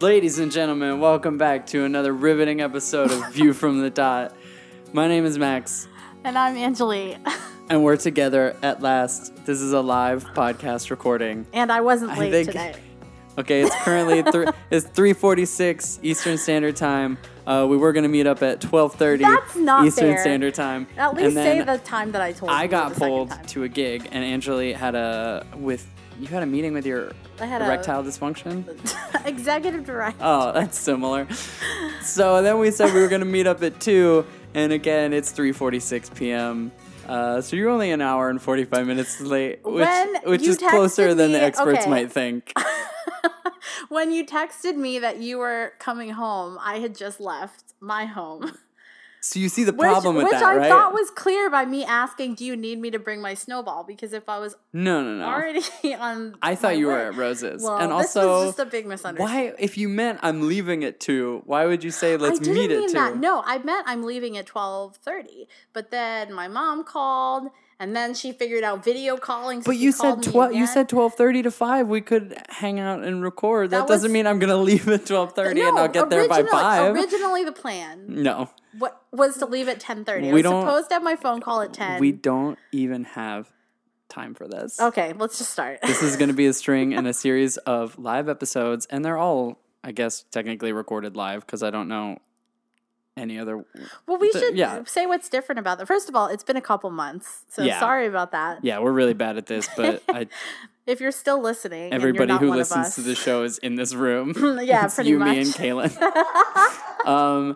Ladies and gentlemen, welcome back to another riveting episode of View from the Dot. My name is Max, And I'm Angelique. and we're together at last. This is a live podcast recording. And I wasn't I late think- today. Okay, it's currently three, it's three forty six Eastern Standard Time. Uh, we were gonna meet up at twelve thirty That's not Eastern fair. Standard Time. At and least say then the time that I told you. I got the second pulled time. to a gig, and Angelique had a with you had a meeting with your I had a- erectile dysfunction. Executive director. Oh, that's similar. so then we said we were gonna meet up at two, and again it's three forty six p.m. Uh, so you're only an hour and forty five minutes late, which When which you is closer texted than the me- experts okay. might think. When you texted me that you were coming home, I had just left my home. So you see the Which, problem with which that, I right? thought was clear by me asking, Do you need me to bring my snowball? Because if I was no, no, no. already on. I thought my you were way- at Roses, Well, and This also was just a big misunderstanding. why? If you meant I'm leaving at two, why would you say let's I didn't meet mean at two? that. No, I meant I'm leaving at twelve thirty. But then my mom called, and then she figured out video calling. So But she you called said me twelve. You again. said twelve thirty to five. We could hang out and record. That, That doesn't was- mean I'm gonna leave at twelve thirty and I'll get there by originally- five. Originally, the plan no, what was to leave at ten thirty. I We was don't- supposed to have my phone call at ten. we don't even have time for this. okay, let's just start. This is gonna be a string and a series of live episodes, and they're all, I guess, technically recorded live because I don't know any other. well, we the- should yeah. say what's different about that. First of all, it's been a couple months, so Yeah. sorry about that. Yeah, we're really bad at this, but I, If you're still listening, and you're everybody not who one of listens to us- the show is in this room. yeah, It's pretty you, much. me, and Kaylin. um,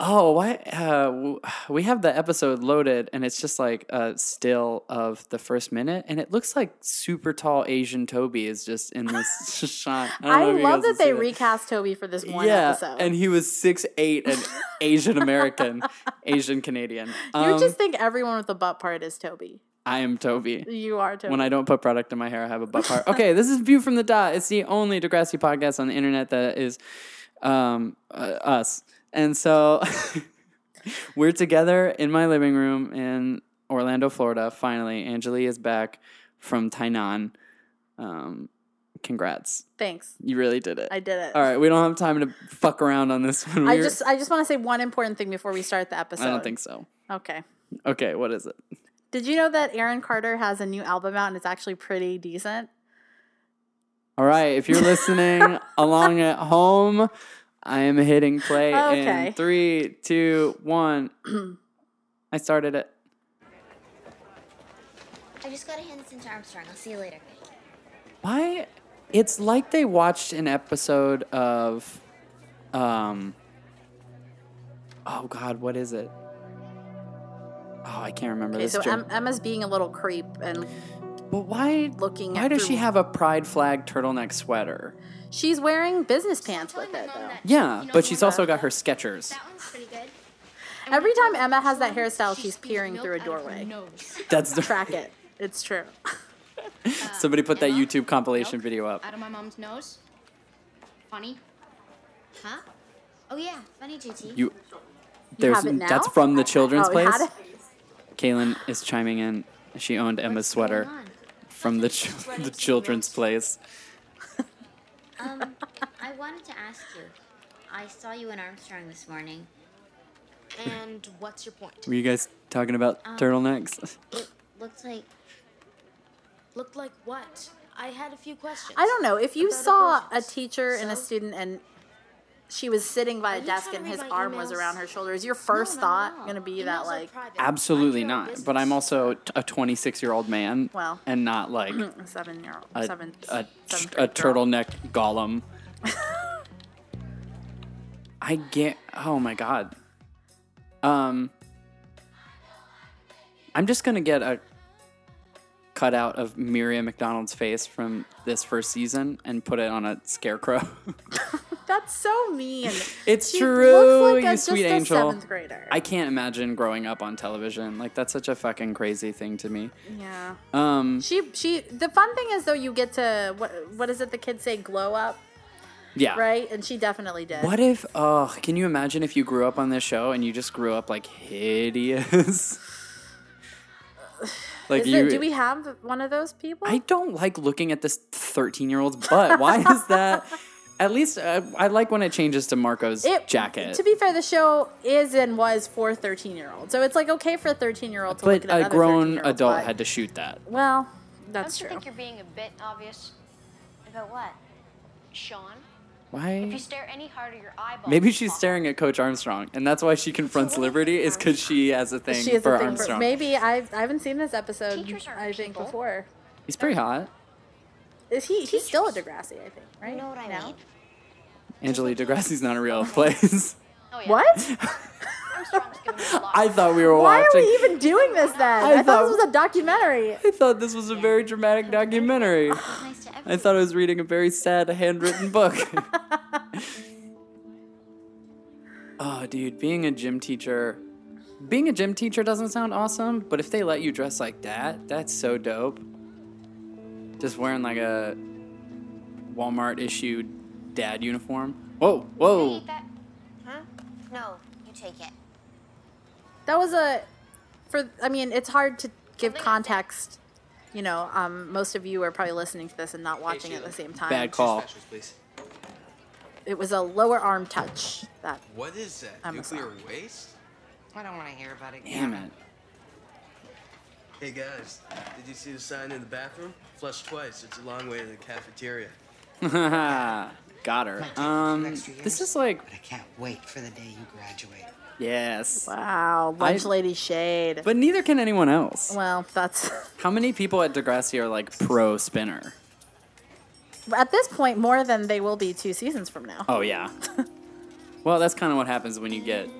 oh, why? Uh, w- we have the episode loaded, and it's just like a still of the first minute, and it looks like super tall Asian Toby is just in this shot. don't I know if you guys love that they can see recast Toby for this one yeah, episode. and he was six eight and Asian American, Asian Canadian. you Um, just think everyone with a butt part is Toby. I am Toby. You are Toby. When I don't put product in my hair, I have a butt part. Okay, this is View from the Dot. It's the only Degrassi podcast on the internet that is um, uh, us. And so we're together in my living room in Orlando, Florida. Finally, Angeli is back from Tainan. Um, congrats. Thanks, You really did it. I did it. All right, we don't have time to fuck around on this one. I We're- just I just want to say one important thing before we start the episode. I don't think so. Okay. Okay, what is it? Did you know that Aaron Carter has a new album out and it's actually pretty decent? All right, if you're listening along at home, I am hitting play Okay. in three, two, one. I started it. I just gotta hand this into Armstrong. I'll see you later. Why? It's like they watched an episode of, um, oh God, what is it? Oh, I can't remember Okay, this. so Jim- em- Emma's being a little creep and but why? looking Why at does she through- have a pride flag turtleneck sweater? she's wearing business pants with it though. Yeah, You know but the she's one also about- got her Skechers. That one's pretty good. Every time Emma has that hairstyle, she's peering through a doorway. That's the Track it. It's true. Somebody put that Emma? YouTube compilation Nope. video up. Out of my mom's nose. Funny. Huh? Oh yeah, funny JT. You, there's have it now? that's from the children's Oh, we place. had it? Kaylin is chiming in. She owned Emma's sweater from the ch- the children's place. Um, I wanted to ask you. I saw you in Armstrong this morning. And what's your point? Were you guys talking about Um, turtlenecks? It looked like Looked like what? I had a few questions. I don't know. If you About saw a abortions. teacher and a So- student and she was sitting by a you desk trying and to his read my arm was emails? around her shoulder, is your first no, thought no. going to be Emails that are like private. I Absolutely care about not. But I'm business. also t- a 26 year old man. Well. mm-hmm. and not like a, a seven year old, a, seven, a, seventh a grade girl. turtleneck golem? I get. Oh my god. Um. I'm just gonna get a cutout of Miriam McDonald's face from this first season and put it on a scarecrow. That's so mean. it's She true, looks like you a, sweet just angel. A seventh grader. I can't imagine growing up on television. Like that's such a fucking crazy thing to me. yeah. Um, She she. The fun thing is though, you get to what what is it the kids say? Glow up, yeah. right? And she definitely did. What if? Oh, can you imagine if you grew up on this show and you just grew up like hideous? like Is you. it, do we have one of those people? I don't like looking at this 13 year old's butt. Why is that? At least uh, I like when it changes to Marco's It, jacket. To be fair, the show is and was for 13 year olds. So it's like okay for a 13 year old to but look at a another grown 13-year-old's adult butt. had to shoot that. Well, that's Don't you true. think you're being a bit obvious about what? Sean? If you Why? stare any harder, your eyeballs. Maybe will she's pop staring at Coach Armstrong, and that's why she confronts Liberty, is because she has a thing She is for a thing Armstrong. for maybe I I haven't seen this episode. Teachers aren't I think people. before He's pretty hot. is he he's still at Degrassi I think right You know what I No? mean? Angela Degrassi's not a real place. Oh, yeah. What? Armstrong's giving me a lot. I thought we were Why are watching. we even doing this then? I, thought, thought- this was a documentary. I thought this was a very dramatic documentary. It's nice to everyone. I thought I was reading a very sad handwritten book. oh, dude, being a gym teacher. Being a gym teacher doesn't sound awesome, but if they let you dress like that, that's so dope. Just wearing like a Walmart issued dad uniform. Whoa, Can I whoa. eat that? Huh? No, you take it. That was a for I mean, it's hard to give context. You know, um, most of you are probably listening to this and not watching at the same time. Bad call. Specials, please. It was a lower arm touch. That What is that? I'm Nuclear sorry. waste? I don't want to hear about it. Damn it. Hey guys, did you see the sign in the bathroom? Flush twice. It's a long way to the cafeteria. Got her. Um, Next few this years. is like, But I can't wait for the day you graduate. yes. wow, lunch I- lady shade. But neither can anyone else. well, that's How many people at Degrassi are like pro spinner? at this point more than they will be two seasons from now. Oh yeah. well, that's kind of what happens when you get.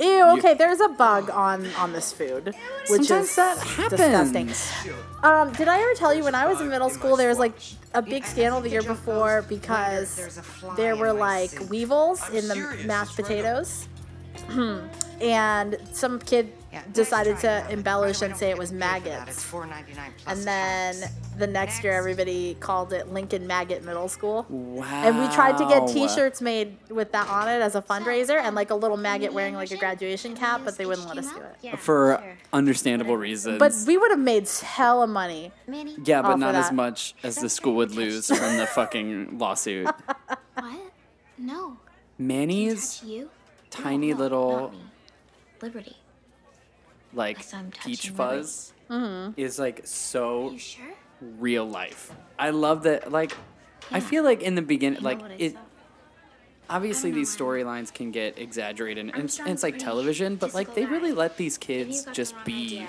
Ew. Okay, there's a bug on on this food, which Sometimes is that happens. disgusting. Chill. Um, did I ever tell you when I was in middle in my school there was like swatch. a big scandal the year before because There's a fly there in were my like soup. weevils I'm in the serious, mashed it's right up. potatoes, and some kid Yeah, nice decided try, to Robin. By embellish the way, and say it don't was get paid for that. It's maggots. $4.99 plus And then tax. the next year, Next. everybody called it Lincoln Maggot Middle School. Wow. And we tried to get T-shirts made with that on it as a fundraiser, um, and like a little maggot wearing like a graduation cap, but they wouldn't let us do it. Yeah, for sure. understandable reasons. But we would have made hella money. Manny. yeah, all but for not as that. much as the school would lose from the fucking lawsuit. What? No. Manny's Touch you? tiny no, little Not me. Liberty. like As I'm peach touching Mm-hmm. fuzz is like so You sure? real life. I love that. Like, I feel like in the beginning, know like what I it. saw. Obviously, know these why. storylines can get exaggerated, and it's, Armstrong it's like Bridge, television. But like, Physical they really Life. let these Maybe you kids got the just wrong be idea.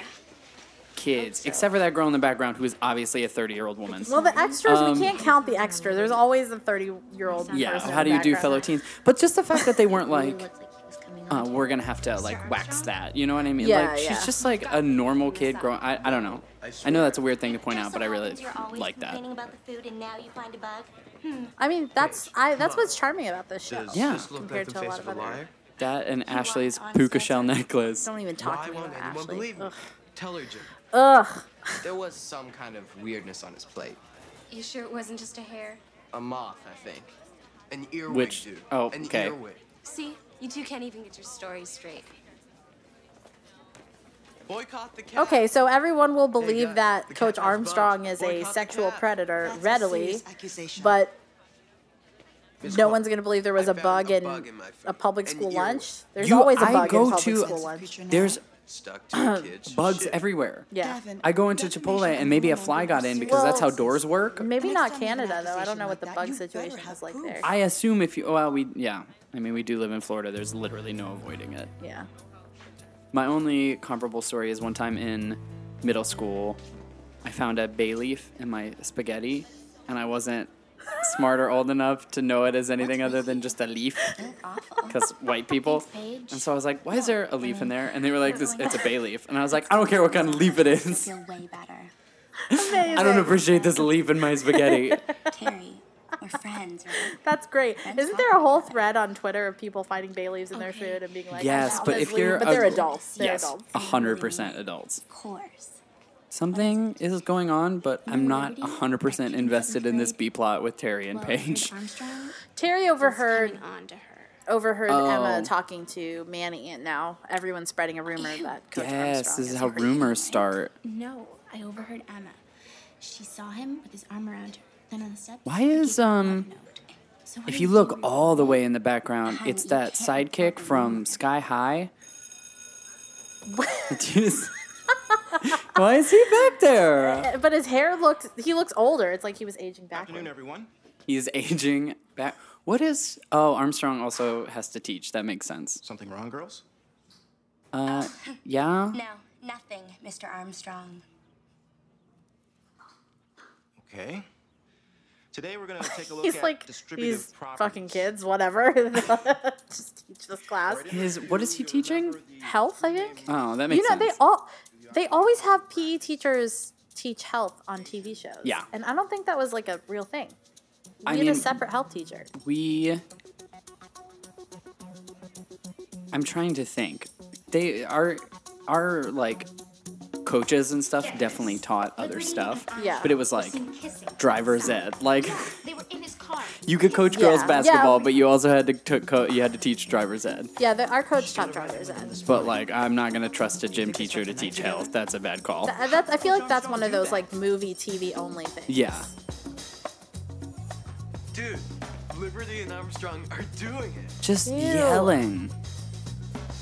kids, except for that girl in the background who is obviously a thirty-year-old woman. Well, the extras, Um, we can't count the extra. There's always a 30 year old yeah, person. how in do the you do, background. fellow teens? But just the fact that they weren't Really like, looked like he was coming uh, on to we're you. gonna have to like wax Armstrong? that. You know what I mean? Yeah, like yeah. she's just like a normal kid growing. I, I don't know. I I know swear. that's a weird thing to point out, but I really Just so happens you're always like that. complaining about the food and now you find a bug. I mean, that's I. That's what's charming about this show. Does Yeah. this look Compared like to the a face lot of of a other- liar? That and Ashley's on puka Spencer? shell necklace. Don't even talk Why to me won't about anyone Ashley. believe me? Ugh. Tell her, Jim. Ugh. There was some kind of weirdness on his plate. You sure it wasn't just a hair? A moth, I think. An earwig, Which- dude. oh, An okay. earwig. See, you two can't even get your stories straight. Boycott the cat. Okay, so everyone will believe guys, that the Coach cat has Armstrong is bugs. a Boycott the sexual cat. predator That's a readily, serious accusation. but Miss no Clark, one's gonna believe there was I a found bug a in bug in my food. a public An school earwig. lunch. There's You- always a I bug go in public to- school It's a lunch. creature now. There's Stuck to a kid's bugs shit. everywhere. Yeah. Devin, I go into defamation Chipotle and maybe a of animal fly got in abuse. because that's how Well, doors work. Maybe Next not time you have an Canada though. I don't know what the accusation bug like that, you better situation have is like proof. there. I assume if you, well, we, yeah. I mean, we do live in Florida. There's literally no avoiding it. Yeah. My only comparable story is one time in middle school, I found a bay leaf in my spaghetti, and I wasn't smart or old enough to know it as anything other than just a leaf, because white people. Paige. And so I was like, why is there a leaf in there? And they were like, this, it's a bay leaf. And I was like, I don't care what kind of leaf it is. Feel way better. I don't appreciate this leaf in my spaghetti. Terry, we're friends, right? That's great. Isn't there a whole thread on Twitter of people finding bay leaves in their Okay. food and being like, Yes, "Oh, but this if leaf," you're but they're a- adults, they're yes, adults. 100% adults. Of course. Something is going on, but I'm not 100% invested in this B plot with Terry and Paige. Armstrong Terry overheard on to her. overheard Emma Oh. talking to Manny, and now everyone's spreading a rumor that Coach Yes, Armstrong this is is how rumors start. No, I overheard Emma. She saw him with his arm around her. Then on the steps. Why he is, gave her a um, love note. what If are you look all the way in the background, it's that sidekick from Sky High. Jeez. Why is he back there? But his hair looked, he looks older. It's like he was aging Afternoon, backward. everyone. He's aging back. What is? Oh, Armstrong also has to teach. That makes sense. Something wrong, girls? Uh, yeah. No, nothing, Mr. Armstrong. Okay. Today we're going to take a look He's at like distributive these properties. fucking kids, whatever. Just teach this class. His what is he teaching? Health, I think. Oh, that makes You know, they sense. all they always have PE teachers teach health on TV shows. Yeah. And I don't think that was like a real thing. We I had a mean- separate health teacher. we I'm trying to think. They are are like coaches and stuff definitely taught other stuff. Yeah. But it was like driver's ed. Like They were in his car. you could coach girls Yeah. basketball, Yeah. but you also had to to co- you had to teach driver's ed. Yeah, the, our coach taught drivers ed. But like I'm not going to trust a gym teacher to teach health. That's a bad call. Uh, That's, I feel like that's one of those like movie TV only things. Yeah. Dude, Liberty and Armstrong are doing it. Just Ew. yelling.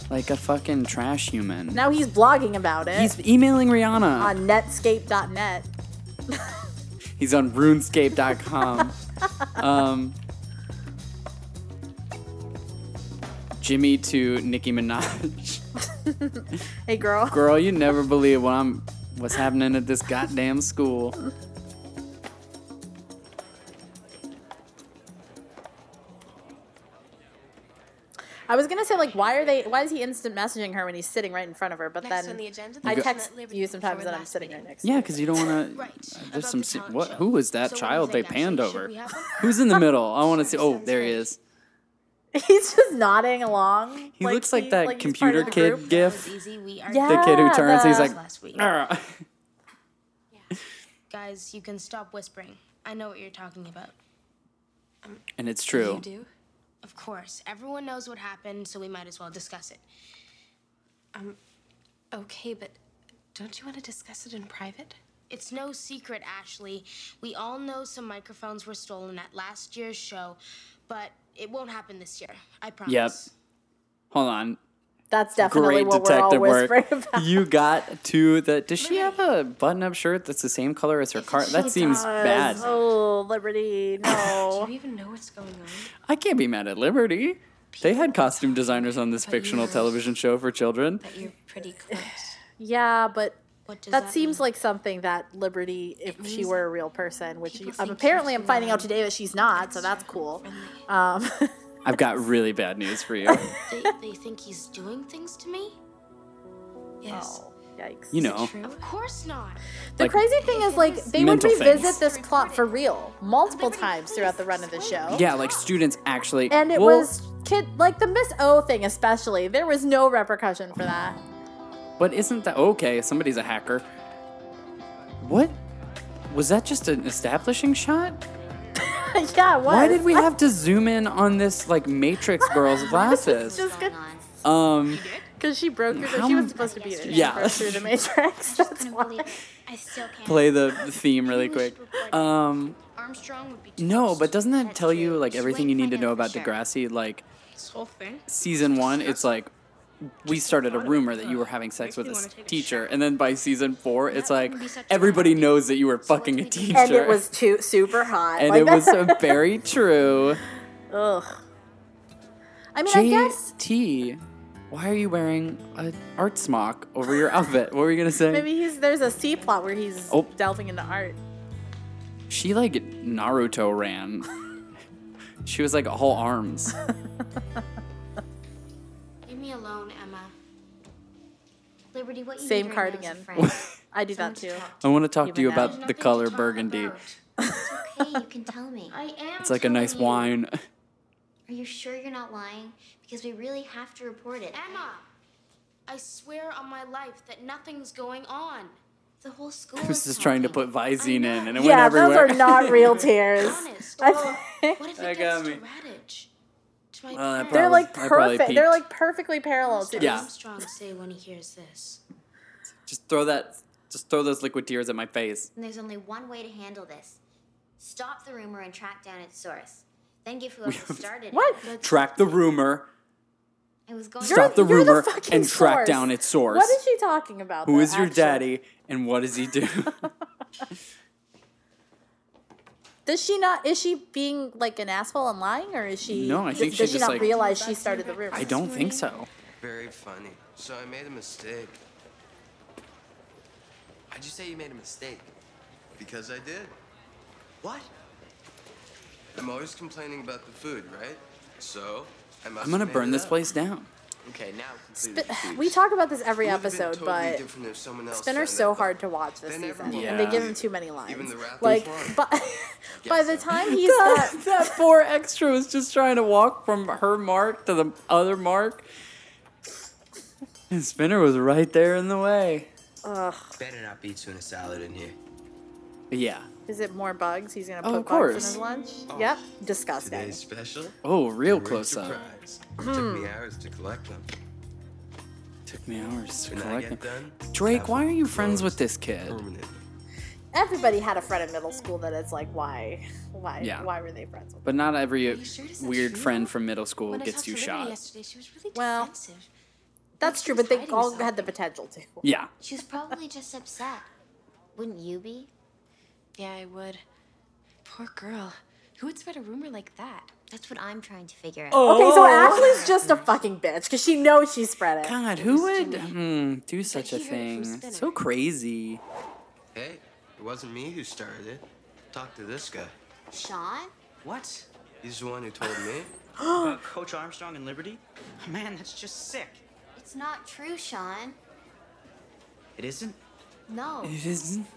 Like a fucking trash human. Now he's blogging about it He's emailing Rihanna. on netscape.net. He's on runescape.com. um, Jimmy to Nicki Minaj. Hey girl. Girl, you never believe what I'm what's happening at this goddamn school. I was gonna say like why are they why is he instant messaging her when he's sitting right in front of her, but Next then on the agenda, the I person text that Liberty you sometimes enjoyed that I'm last sitting meeting. right next Yeah, because you don't want Right. to. about There's some. the se- talent What? show. Who is that So what child is they it, actually? panned Should over? we have one? Who's in the middle? I want to see. Oh, there he is. to him. He's just nodding along. He looks like he- that he's part computer of the kid group. gif. Easy, we are Yeah, The kid who turns, he's the- like, last week. "Arr." Guys, you can stop whispering. I know what you're talking about. and it's true. do? Of course. Everyone knows what happened, so we might as well discuss it. Okay, but don't you want to discuss it in private? It's no secret, Ashley. We all know some microphones were stolen at last year's show, but it won't happen this year. I promise. Yep. Hold on. That's definitely great what we're all detective whispering work. about. You got to the. Does she have a button-up shirt that's the same color as her car? That seems bad. Oh, Liberty, no. Do you even know what's going on? I can't be mad at Liberty. They had costume designers on Oh, this fictional television show for children. You're pretty close. yeah, but What does that, that, seems like something that Liberty, if she were a real person, which you, um, think apparently she's I'm finding out today that she's not, so that's cool. Um, I've got really bad news for you. They, they think he's doing things to me? Oh, Yes. yikes. You know, Of course not. the like- crazy thing is, like, they would Mental revisit things. this plot for real multiple times throughout the run of the show. yeah, like students actually. And it Well, was kid like the Miss O thing especially. There was no repercussion for that. But isn't that okay? Somebody's a hacker. What? Was that just an establishing shot? yeah, it Why was. did we have to zoom in on this like Matrix girl's glasses? Just good. on. Um. Because she broke through. The, How she m- was supposed to be in it. She Yeah. broke through the Matrix. That's Couldn't why. believe it. I still can't. play the the theme really quick. Um, Armstrong would be. no, but doesn't that tell you like everything you need to know about the Degrassi? Like This whole thing? season one, it's like we started a rumor that you were having sex with a s- teacher, and then by season four, it's like everybody knows that you were fucking a teacher. And it was too super hot. And like it was that. very true. Ugh. I mean, I guess JT, why are you wearing an art smock over your outfit? What were you gonna say? maybe he's there's a C plot where he's Oh. delving into art. She like Naruto ran. she was like all arms. Leave me alone, Emma. Liberty, what you Same need right now cardigan. is a friend. I do that too. I want to talk to you Even now. about the color burgundy. It's okay, you can tell me. I am. It's like a nice telling you. wine. Are you sure you're not lying? Because we really have to report it. Emma, I swear on my life that nothing's going on. The whole school. I is was just trying to talking. put Visine in, and it Yeah, went everywhere. those are not real tears. Honest. I think- What if That it gets got me. to Radich? To my Well, that parents? They're probably- like I probably perfect. They're peeped. like perfectly parallel to Yeah. Armstrong say when he hears this? just throw that. Just throw those liquid tears at my face. And there's only one way to handle this. Stop the rumor and track down its source. Thank you for whoever started. What? it. Track the rumor, I was going. stop the you're the rumor, fucking and track source. down its source. What is she talking about? Who though, is your actually? daddy, and what does he do? Does she not? Is she being like an asshole and lying, or is she? No, I does- think she does she just, not like- realize she started the rumor. I don't think so. Very funny. So I made a mistake. Why'd you say you made a mistake? Because I did. What? I'm always complaining about the food, right? So I must. I'm gonna have made burn it this up. place down. Okay, now completely But- confused. we talk about this every It would've been episode, totally but different if someone else Spinner's signed so up. hard to watch this Then season, everyone and they will give leave. him too many lines. Even the rat like, was but, by the so. time he's got that poor extra was just trying to walk from her mark to the other mark. And Spinner was right there in the way. Better not be tuna salad in here. Yeah. Is it more bugs? He's gonna Oh, put of bugs in course. his lunch. Yep, disgusting. Oh, Today's special. Oh, real Great close up. surprise. Took Hmm. me hours to collect them. Took me hours to When I collect get them. done, Drake, have why them are you friends with closed this kid? permanently. Everybody had a friend in middle school that it's like, why, why, Yeah. why were they friends with? But not every sure it isn't weird true? friend from middle school When I gets talked you to Liberty shot. yesterday, she was really Well, defensive. That's true, but they all had the potential to. Yeah. She was probably just upset. Wouldn't you be? Yeah, I would. Poor girl. Who would spread a rumor like that? That's what I'm trying to figure out. Okay, so Ashley's just a fucking bitch because she knows she spread it. God, who would hmm, do such a he heard it thing? from It's So Spinner. crazy. Hey, it wasn't me who started it. Talk to this guy. Sean? What? He's the one who told me. Uh, Coach Armstrong and Liberty? Man, that's just sick. It's not true, Sean. It isn't? No. It isn't.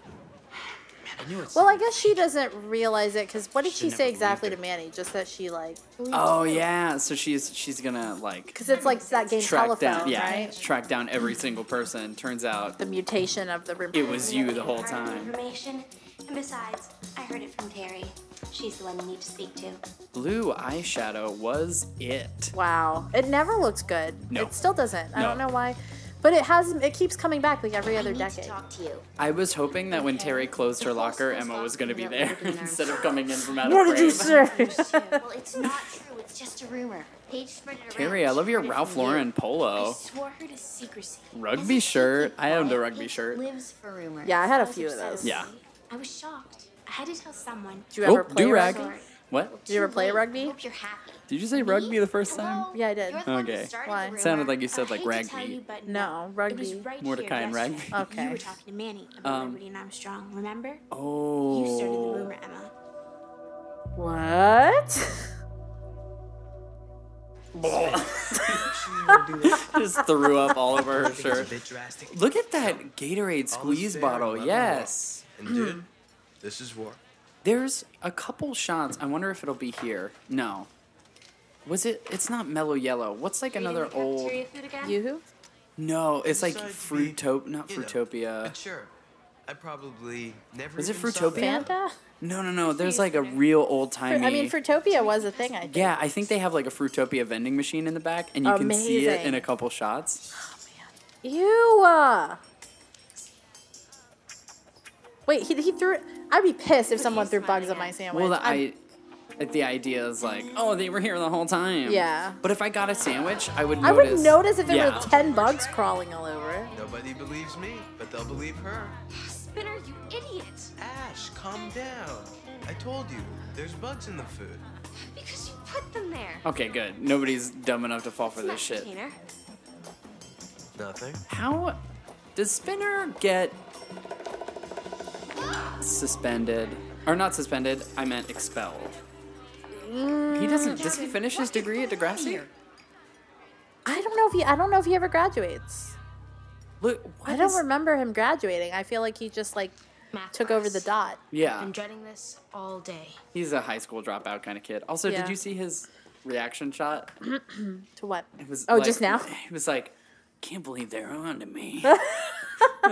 I knew it's Well, I guess she doesn't realize it because what did she Shouldn't say have believed exactly her. to Manny? Just that she like, Oh yeah, so she's she's gonna like because it's like that game track telephone, down, yeah, right? track down every single person. Turns out The mutation of the rim. it was you the whole Part of the time. Information. And besides, I heard it from Terry. She's the one you need to speak to. Blue eyeshadow was it. Wow, it never looks good. No. It still doesn't. I No. don't know why, but it has. It keeps coming back like every I other need decade. to talk to you. I was hoping that when Terry closed her The whole locker, school's Emma was talking gonna be about there Liberty and instead of Armstrong. coming in from out What of did you frame. say? well, it's not true. It's just a rumor. Paige spread it around. Terry, I love your Ralph Lauren I polo. swore her to secrecy. Oh. Rugby shirt. I owned a rugby shirt. Lives for rumors. yeah, I had a few of upset those. with Yeah. me. I was shocked. I had to tell someone. Did you Oh, ever play do rag. rugby? What? Did you ever play Wait, rugby? Hope you're happy. Did you say rugby the first time? Hello? Yeah, I did. You're the one who Okay. started Why? the rumor. Sounded like you said I like hate to tell rugby. you, but No, It was rugby. right Mordecai here and yesterday. rugby. Okay. You were talking to Manny about Um, Liberty and Armstrong, remember? You started the Oh. rumor, Emma. What? Just threw up all over her It's a shirt. bit drastic. Look at that Gatorade All is squeeze fair in bottle. love and war. Yes. And dude, this is war. There's a couple shots. I wonder if it'll be here. No. Was it? It's not mellow yellow. What's like another old? Yoo-hoo? No, it's like Besides Fruitop, being, not you know, Fruitopia. a chirp, I probably never. Was it even saw Fruitopia? that. Fanta? No, no, no. There's like a real old timey. I mean, Fruitopia was a thing, I think. yeah, I think they have like a Fruitopia vending machine in the back, and you can see it Amazing. in a couple shots. Ew. uh. Wait, he, he threw it. I'd be pissed if someone threw bugs on my sandwich. Well, the, I'm- I, the idea is like, oh, they were here the whole time. Yeah. But if I got a sandwich, I would I notice. would notice if there yeah. were 10 bugs crawling all over it. Nobody believes me, but they'll believe her. Spinner, you idiot! Ash, calm down. I told you, there's bugs in the food. Because you put them there. Okay, good. Nobody's dumb enough to fall for this shit. Nothing. How does Spinner get suspended? Or not suspended, I meant expelled. He doesn't. Does Mm. he finish his degree at Degrassi? I don't know if he I don't know if he ever graduates. Look, what I don't is- remember him graduating. I feel like he just like Math took over the dot. Yeah, Been dreading this all day. he's a high school dropout kind of kid. Also, Yeah. did you see his reaction shot? To what? It was Oh, like- just now? He was like, "Can't believe they're on to me." and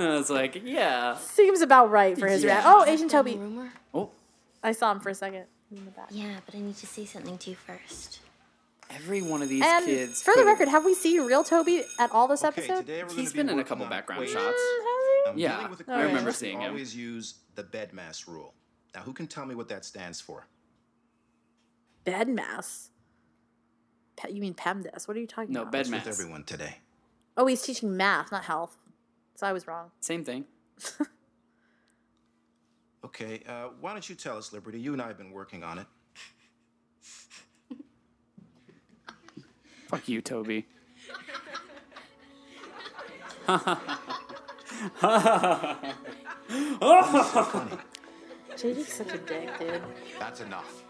I was like, "Yeah." Seems about right for his Yeah. reaction. Oh, Asian Toby. Rumor? Oh, I saw him for a second in the back. Yeah, but I need to say something to you first. every one of these And kids. for the could've- record, have we seen real Toby at all this Okay, episode? today we're gonna he's be been in a working couple on background weight. shots. I'm Yeah, dealing with a I remember question. seeing We him. always use the bed mass rule. Now, who can tell me what that stands for? Bed mass. Pe- you mean PEMDAS? What are you talking No, about? bed with mass. everyone today. Oh, he's teaching math, not health. So I was wrong. Same thing. Okay, uh, why don't you tell us, Liberty? You and I have been working on it. Fuck you, Toby. JD's such a dick, dude. That's enough.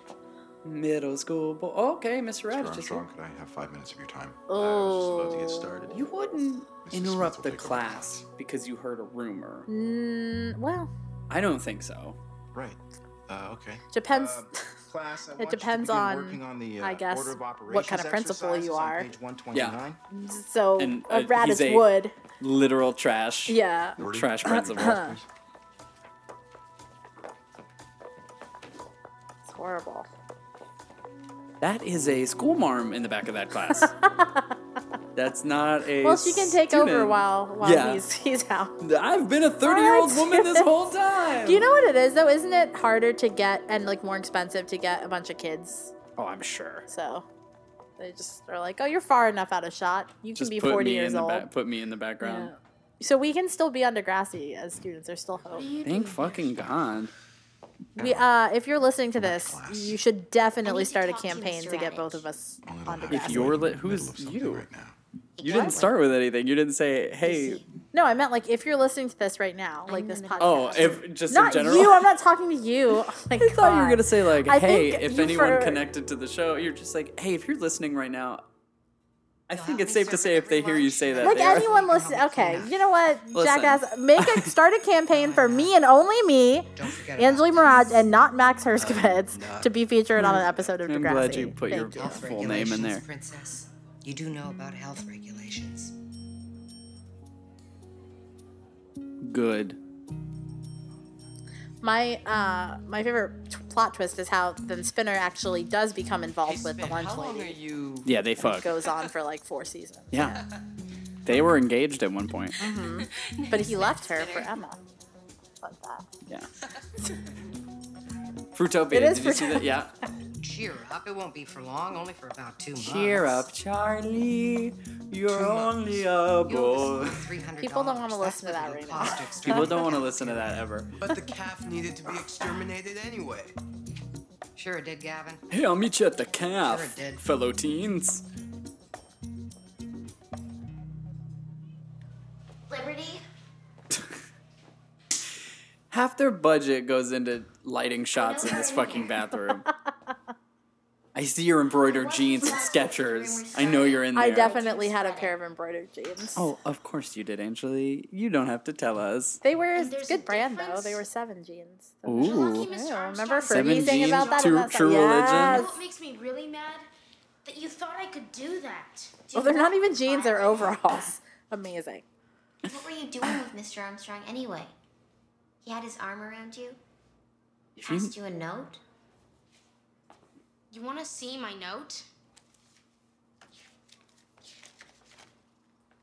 Middle school boy. Okay, Mr. Rabbit just. Armstrong, could I have five minutes of your time? Oh. I was just about to get started. You wouldn't Mrs. Smith interrupt will the take over class because you heard a rumor. Mm, well, I don't think so. Right. Uh, okay. depends. Uh, class, I want It you to depends begin on, working on the, uh, I guess, order of what kind operations of principal you exercises on are. Page 129. so and, uh, a rat he's is a- wood. Literal trash. Yeah. Uh-huh. Liberty? Trash principal. It's horrible. That is a school marm in the back of that class. That's not a. Well, she can take over student. while while Yeah. he's he's out. I've been a 30 year old What? woman this whole time. Do you know what it is though? Isn't it harder to get and like more expensive to get a bunch of kids? Oh, I'm sure. So they just are like, oh, you're far enough out of shot. You Just can be put 40 me years in old. the back. Put me in the background. Yeah. So we can still be on Degrassi as students. There's still hope. Thank fucking God. We, uh, if you're listening to this, class. you should definitely I need to start a talk to you, campaign to, Mr. get Radic. both of us Only on little If halfway Degrassi. you're in the li- middle who's of something you? right now. You didn't start with anything. You didn't say, hey. No, I meant like if you're listening to this right now, like this podcast. Oh, if just not in general. you. I'm not talking to you. Oh my I thought you were God. gonna say like, I hey, think if you anyone for- connected to the show, you're just like, hey, if you're listening right now, I think help it's me safe to serve say if they hear you lunch. say that, Like they are- anyone listen. Okay, you know what, Listen. jackass? Make a start a campaign for me and only me, Don't forget Angeli Mirage, and not Max Herskovitz, to be featured on an episode of Mm. I'm Degrassi. glad you put your Thank you. Health full name in regulations, there. Princess, you do know about health regulations. Good. My uh, my favorite t- plot twist is how then Spinner actually does become involved with the lunch How long are lady. you? Yeah, they fuck. Goes on for like four seasons, Yeah. They were engaged at one point. but he left her for Emma. Fun fact. Yeah. Fruitopia. It is Did you see Fruitopia. that? Yeah. Cheer up! It won't be for long. Only for about two months. Charlie. You're Two months. only a boy. People don't wanna listen to that right now. People don't want to listen to that ever. But the calf needed to be exterminated anyway. Sure did, Gavin. Hey, I'll meet you at the calf, Sure did. fellow teens. Liberty? Half their budget goes into lighting shots in this fucking bathroom. I see your embroidered jeans and Skechers. I know you're in there. I definitely had a pair of embroidered jeans. Oh, of course you did, Angeli. You don't have to tell us. They were there's a good brand though. difference? They were seven jeans. Ooh. Mr. Ew, Armstrong, remember Seven Fergie saying jeans, about that? true- in that song? true religion. you know Yes. what makes me really mad? That you thought I could do that. Oh, they're not even jeans; they're overalls. Amazing. What were you doing with Mr. Armstrong anyway? He had his arm around you, If you- passed you a note. You want to see my note?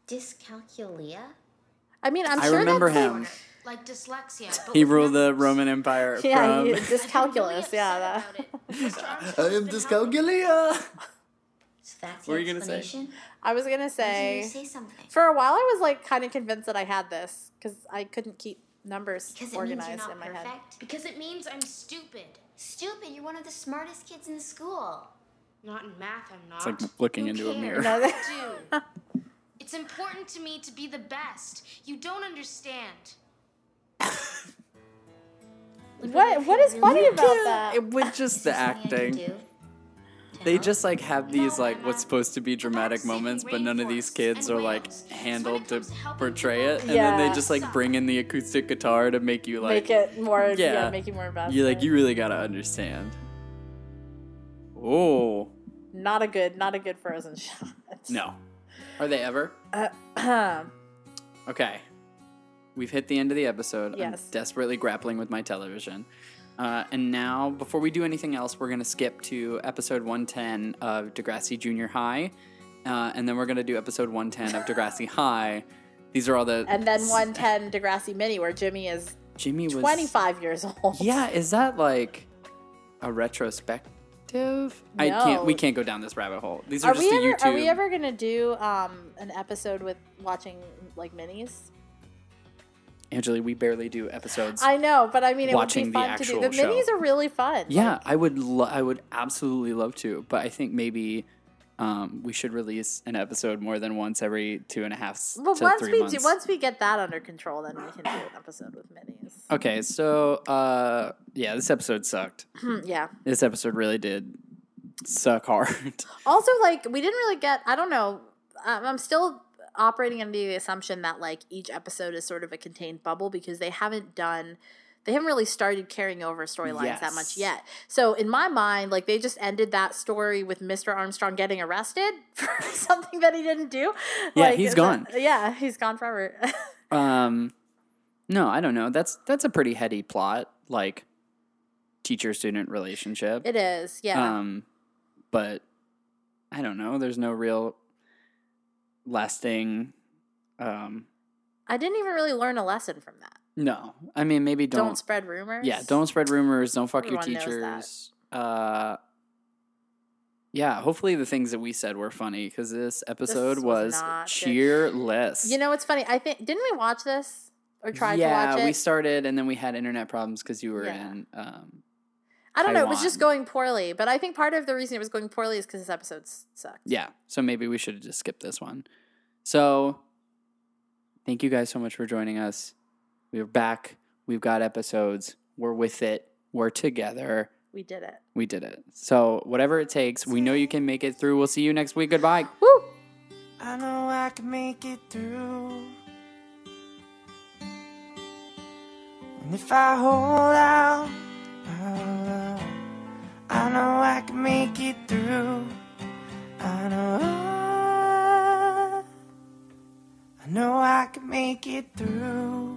Dyscalculia? I mean, I'm I sure remember that's like- him. Like dyslexia. But He with ruled the numbers. Roman Empire Yeah, from. you- just calculus. Really Yeah, that. upset about it. Mr. Armstrong I am has been dyscalculia. So that's What your were you gonna say? explanation? I was gonna Why didn't say you say something. for a while I was like kind of convinced that I had this because I couldn't keep numbers Because it means organized you're in not my head. perfect. helping- Because it means I'm stupid. Stupid, you're one of the smartest kids in school. Not in math, I'm not. It's like looking into a mirror. No, they- Dude, it's important to me to be the best. You don't understand. what what is funny about that? It was just the acting. They just like have these like what's supposed to be dramatic moments, but none of these kids are like handled to portray it, and then they Yeah. just like bring in the acoustic guitar to make you like make it more yeah, yeah. make it more invested. You like you really gotta understand. Oh not a good not a good frozen shot. no, are they ever? Um, Okay. We've hit the end of the episode. Yes. I'm desperately grappling with my television. Uh, and now, before we do anything else, we're going to skip to episode 110 of Degrassi Junior High. Uh, and then we're going to do episode 110 of Degrassi High. These are all the. and then 110 Degrassi Mini where Jimmy is Jimmy was. 25 years old. Yeah, is that like a retrospective detective? I can't. We can't go down this rabbit hole. These are, Are just we the ever YouTube. are we ever gonna do um an episode with watching like minis? Angela, we barely do episodes. I know, but I mean it would Watching be the fun to do. actual The show. minis are really fun. yeah, I would. Lo- I would absolutely love to, but I think maybe um, we should release an episode more than once every two and a half s- Well, to once three we months. do, once we get that under control, then we can do an episode with minis. okay, so uh, yeah, this episode sucked. Mm, yeah. This episode really did suck hard. Also, like we didn't really get. I don't know. Um, I'm still operating under the assumption that like each episode is sort of a contained bubble because they haven't done. They haven't really started carrying over storylines that much Yes. yet. So in my mind, like they just ended that story with Mr. Armstrong getting arrested for something that he didn't do. Yeah, Like, he's is that- gone. yeah, he's gone forever. Um, no, I don't know. That's that's a pretty heady plot, like teacher student relationship. it is. Yeah. Um, but I don't know. There's no real lasting. Um, I didn't even really learn a lesson from that. no, I mean maybe Don't, don't. spread rumors. yeah, don't spread rumors. Don't fuck your Everyone knows teachers. Uh, yeah. Hopefully the things that we said were funny because this episode was was, not good. cheerless. You know, it's funny. I think didn't we watch this or try yeah, to watch it? we started and then we had internet problems because you were Yeah. in. Um, I don't know. It was just Taiwan. going poorly, but I think part of the reason it was going poorly is because this episode s- sucked. yeah, so maybe we should have just skipped this one. So, thank you guys so much for joining us. We're back. We've got episodes. We're with it. We're together. We did it. We did it. So, whatever it takes, we know you can make it through. We'll see you next week. Goodbye. Woo! I know I can make it through. And if I hold out, I'll, uh, I know I can make it through. I know I, I know I can make it through.